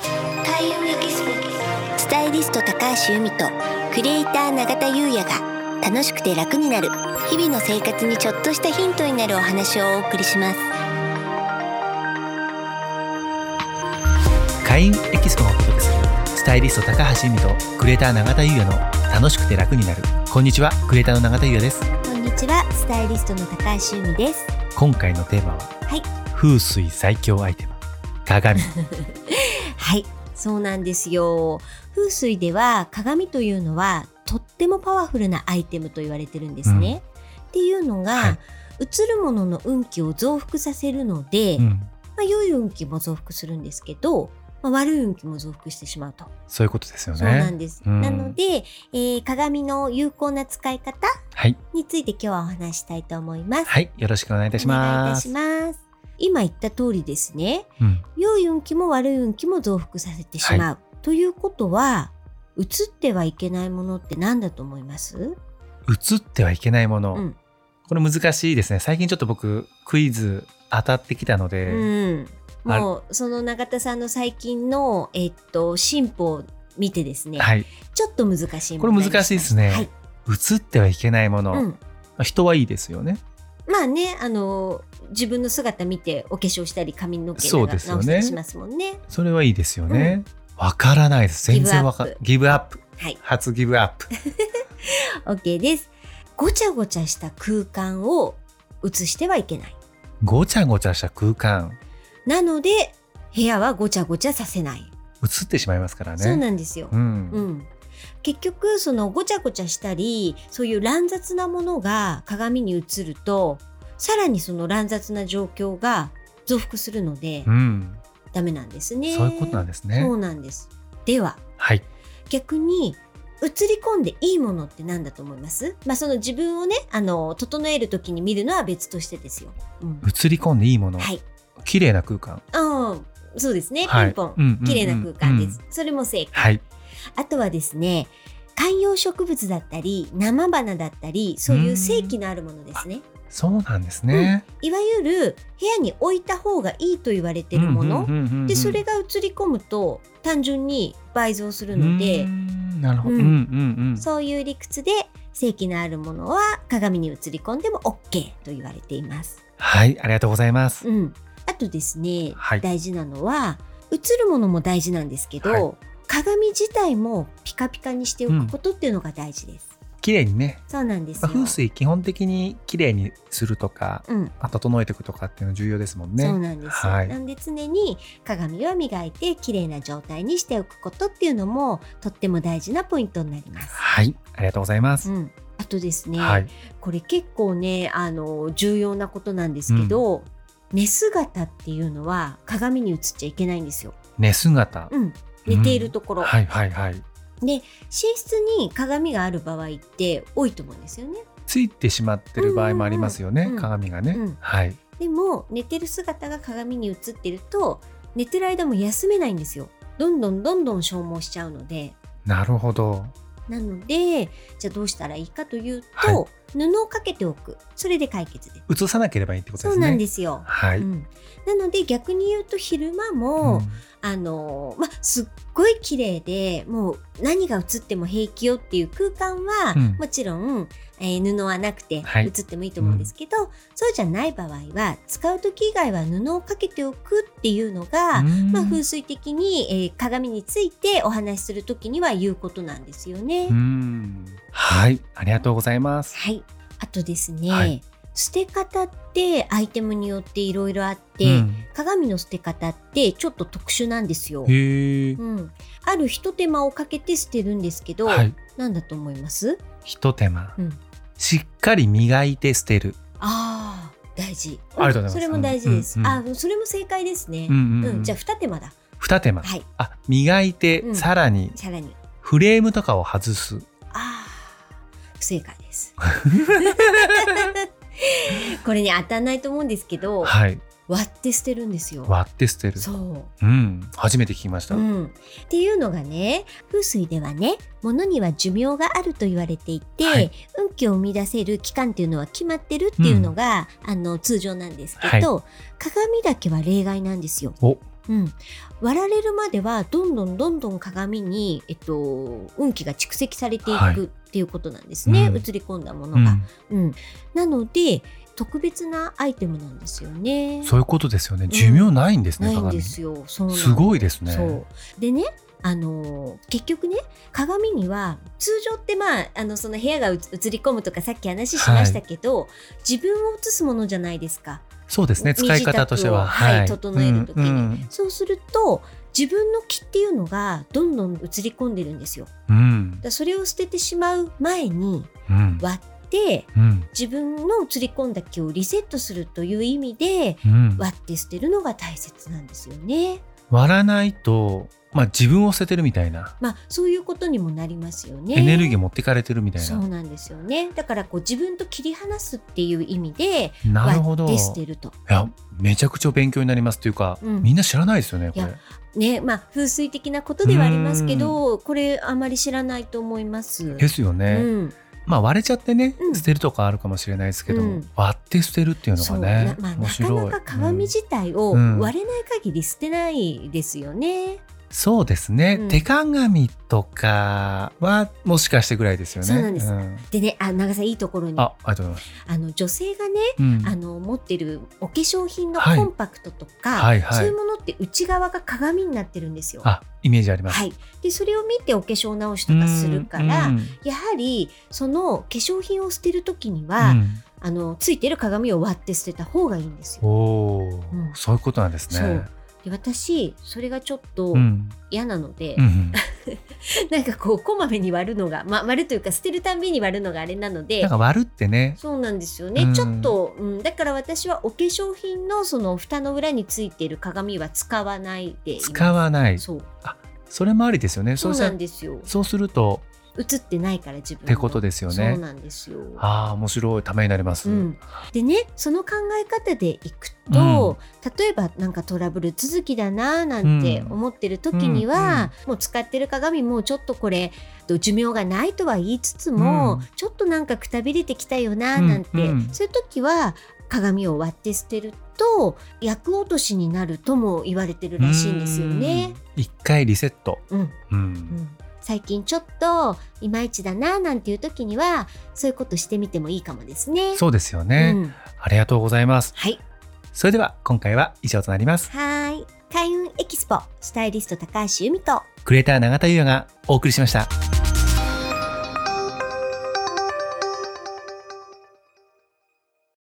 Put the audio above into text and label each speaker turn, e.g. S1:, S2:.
S1: 田優也ギススタイリスト高橋由美とクリエイター永田優也が楽しくて楽になる日々の生活にちょっとしたヒントになるお話をお送りします
S2: 会員エキスポをお届けするスタイリスト高橋由美とクリエイター永田優也の楽しくて楽になるこんにちはクリエイターの永田優也です
S1: こんにちはスタイリストの高橋由美です
S2: 今回のテーマは、
S1: はい
S2: 風水最強アイテム鏡
S1: はいそうなんですよ風水では鏡というのはとってもパワフルなアイテムと言われてるんですね、っていうのが、
S2: はい
S1: 映るものの運気を増幅させるので、
S2: うん
S1: まあ、良い運気も増幅するんですけど、まあ、悪い運気も増幅してしまうと。
S2: そういうことですよ
S1: そうなん
S2: ね
S1: です。
S2: うん
S1: なので、えー鏡の有効な使い方
S2: はい
S1: について今日はお話ししたいと思います。
S2: はいよろしくお願いいたし
S1: お願いい
S2: ま
S1: た
S2: す
S1: します。今言った通りですね、
S2: うん
S1: 良い運気も悪い運気も増幅させてしまう。ということは、映ってはいけないものって何だと思います
S2: 映ってはいけないもの、
S1: うん
S2: これ難しいですね最近ちょっと僕クイズ当たってきたので、
S1: うん。
S2: あ
S1: もう、その永田さんの最近の、えっと、進歩を見てですね、
S2: はい
S1: ちょっと難しい
S2: これ
S1: 問題
S2: 難しいですね、
S1: はい。
S2: 映ってはいけないもの、
S1: うん。
S2: 人はいいですよね
S1: まあね、あの自分の姿見てお化粧したり髪の毛
S2: そ
S1: 長
S2: うですよ
S1: 直
S2: ね
S1: したりしますもんね。
S2: それはいいですよねわ、からないです全然わかギブアップ
S1: はい、
S2: 初ギブアッ プ
S1: OK です。ごちゃごちゃした空間を映してはいけない。
S2: ごちゃごちゃした空間
S1: なので部屋はごちゃごちゃさせない。
S2: 映ってしまいますからね
S1: そうなんですよ。
S2: うん
S1: うん。結局そのごちゃごちゃしたりそういう乱雑なものが鏡に映るとさらにその乱雑な状況が増幅するので、
S2: うん
S1: ダメなんですね。
S2: そういうことなんですね
S1: そうなんです。では
S2: はい
S1: 逆に映り込んでいいものって何だと思いますまあその自分をねあの整える時に見るのは別としてですよ。うん
S2: 映り込んでいいもの、
S1: はい。
S2: 綺麗な空間
S1: ああそうですね。
S2: はい
S1: ピンポン。
S2: うんうんうん
S1: 綺麗な空間です。それも正解。
S2: はい
S1: あとはですね観葉植物だったり生花だったりそういう正気のあるものですね。
S2: そうなんですね、
S1: いわゆる部屋に置いた方がいいと言われてるもの。
S2: うんうんうんうん
S1: でそれが映り込むと単純に倍増するので。
S2: うんなるほど、
S1: う
S2: うんん、うんうん
S1: そういう理屈で正気のあるものは鏡に映り込んでも OK と言われています。
S2: はいありがとうございます、
S1: うん、あとですね、
S2: はい
S1: 大事なのは映るものも大事なんですけど、
S2: はい
S1: 鏡自体もピカピカにしておくことっていうのが大事です。
S2: 綺麗にね、
S1: そうなんです
S2: ま
S1: よ。
S2: あ、風水基本的に綺麗にするとか
S1: うん、
S2: あ整えていくとかっていうの重要ですもん
S1: そう
S2: ね
S1: なんですよ、
S2: はい
S1: なんで常に鏡を磨いて綺麗な状態にしておくことっていうのもとっても大事なポイントになります。
S2: はいありがとうございます、
S1: うん、あとですね、
S2: はい
S1: これ結構ねあの重要なことなんですけど、寝姿っていうのは鏡に映っちゃいけないんですよ。
S2: 寝姿、
S1: うん、寝ているところ、
S2: はいはいはい
S1: 寝室に鏡がある場合って多いと思うんですよね。
S2: ついてしまってる場合もありますよね、
S1: うんうんうん
S2: 鏡がね、
S1: うん
S2: はい
S1: でも寝てる姿が鏡に映ってると寝てる間も休めないんですよ。どんどんどんどん消耗しちゃうので。
S2: なるほど
S1: なのでじゃあどうしたらいいかというと、
S2: はい
S1: 布をかけておくそれで解決です。
S2: 映さなければいいってこと
S1: そ
S2: で
S1: う
S2: すね
S1: なんですよ。
S2: はい、
S1: うん、なので逆に言うと昼間も、
S2: うん
S1: あのまあ、すっごい綺麗でもう何が映っても平気よっていう空間は、
S2: うん
S1: もちろん、えー布はなくて
S2: はい
S1: 映ってもいいと思うんですけど、そうじゃない場合は使う時以外は布をかけておくっていうのが、
S2: うん
S1: まあ、風水的に、えー鏡についてお話しする時には言うことなんですよね。
S2: うんはいありがとうございます
S1: はい、あとですね、
S2: はい
S1: 捨て方ってアイテムによっていろいろあって、
S2: うん
S1: 鏡の捨て方ってちょっと特殊なんですよ。
S2: へえ
S1: うん、あるひと手間をかけて捨てるんですけど、
S2: はい
S1: なんだと思います
S2: ひと手間、
S1: うん
S2: しっかり磨いて捨てる
S1: あー大事
S2: ありがとうございます
S1: それも大事です、
S2: うんうん
S1: あそれも正解ですね、
S2: ん
S1: うんじゃあ二手間だ
S2: 二手間
S1: はい
S2: あ磨いて、
S1: うん
S2: さらに
S1: さらに
S2: フレームとかを外す
S1: あー不正解です これね当たんないと思うんですけど
S2: はい
S1: 割って捨てるんですよ
S2: 割って捨てる
S1: そう
S2: うん初めて聞きました、
S1: うん、っていうのがね風水ではね物には寿命があると言われていて、
S2: はい
S1: 運気を生み出せる期間っていうのは決まってるっていうのが、あの通常なんですけど、鏡だけは例外なんですよ。
S2: お
S1: うん、割られるまではどんどんどんどん鏡に、えっと、運気が蓄積されてい
S2: はい
S1: くっていうことなんですね、
S2: うん
S1: 映り込んだもの
S2: う
S1: が、
S2: ん、
S1: うんなので特別なアイテムなんですよね。
S2: そういうことですよね寿命ないんですね、
S1: ないん
S2: 鏡
S1: ですすよ。そうなんです
S2: ごいですね
S1: そうでねあのー結局ね鏡には通常ってまああのその部屋がうつ映り込むとかさっき話しましたけど、自分を映すものじゃないですか
S2: そうですね
S1: 身支
S2: 使い方としては
S1: 度をはい整える時に
S2: うん
S1: そうすると自分の気っていうのがどんどん映り込んでるんですよだか
S2: うんうん
S1: らそれを捨ててしまう前に
S2: うん
S1: 割って
S2: うん
S1: 自分の映り込んだ気をリセットするという意味で
S2: うん
S1: 割って捨てるのが大切なんですよね
S2: 割らないと、まあ、自分を捨ててるみたいな、
S1: まあそういうことにもなりますよね
S2: エネルギー持ってかれてるみたい
S1: そう
S2: な
S1: なんですよねだからこう自分と切り離すっていう意味で
S2: なるほど
S1: 割っ
S2: い
S1: て捨てると
S2: やめちゃくちゃ勉強になりますというか、
S1: うん
S2: みんな知らないですよねこ
S1: い
S2: れ
S1: やねまあ風水的なことではありますけどこれあまり知らないと思います
S2: ですよね、
S1: うん、
S2: まあ割れちゃってね、
S1: うん
S2: 捨てるとかあるかもしれないですけど、
S1: うん
S2: 割って捨てるっていうの
S1: そ
S2: が
S1: うな、
S2: ね
S1: まあ、
S2: 面
S1: なか
S2: 白い
S1: なか鏡
S2: うん
S1: 自体を
S2: うん
S1: 割れない限り捨てないですよね。
S2: そうですね、
S1: うん
S2: 手鏡とかはもしかしてぐらいですよね
S1: そうなんです
S2: ん
S1: でねあ長さんいいところにあ
S2: あありがとうございます、
S1: の女性がね
S2: うん
S1: あの持ってるお化粧品の
S2: はい
S1: コンパクトとか、
S2: はいはい
S1: そういうものって内側が鏡になってるんですよ。
S2: あイメージあります、
S1: はい、でそれを見てお化粧直しとかするから、
S2: うん
S1: やはりその化粧品を捨てる時に
S2: う
S1: は、
S2: ん
S1: あのついてる鏡を割って捨てた方がいいんですよ。
S2: おー
S1: うん
S2: そういうことなんですね。
S1: で私それがちょっと
S2: うん
S1: 嫌なので、
S2: うんうん
S1: なんかこうこまめに割るのが、ま、割るというか捨てるたんびに割るのがあれなの
S2: な
S1: で
S2: んか割るってね、
S1: そうなんですよね、
S2: うん
S1: ちょっと、うん、だから私はお化粧品のその蓋の裏についている鏡は使わないでいます
S2: 使わない。
S1: そう
S2: それもありですよね。
S1: そう
S2: した
S1: なんですよ
S2: そうすると、
S1: 映ってないから自分の
S2: ってことですよね
S1: そうなんですよ
S2: ああ、面白いためになります。
S1: うん、でねその考え方でいくと、例えばなんかトラブル続きだなーなんて
S2: うん
S1: 思ってる時には、もう使ってる鏡もちょっとこれ寿命がないとは言いつつも、
S2: うん
S1: ちょっとなんかくたびれてきたよなーなんて、
S2: うんうん
S1: そういう時は鏡を割って捨てると厄落としになるとも言われてるらしいんですよね。
S2: うん。一回リセット。
S1: うん
S2: うん
S1: うん最近ちょっといまいちだなーなんていう時にはそういうことしてみてもいいかもですね。
S2: そうですよね、
S1: うん
S2: ありがとうございます。
S1: はい
S2: それでは今回は以上となります。
S1: はーい。開運エキスポ、スタイリスト高橋由美と、
S2: クレーター永田優也がお送りしました。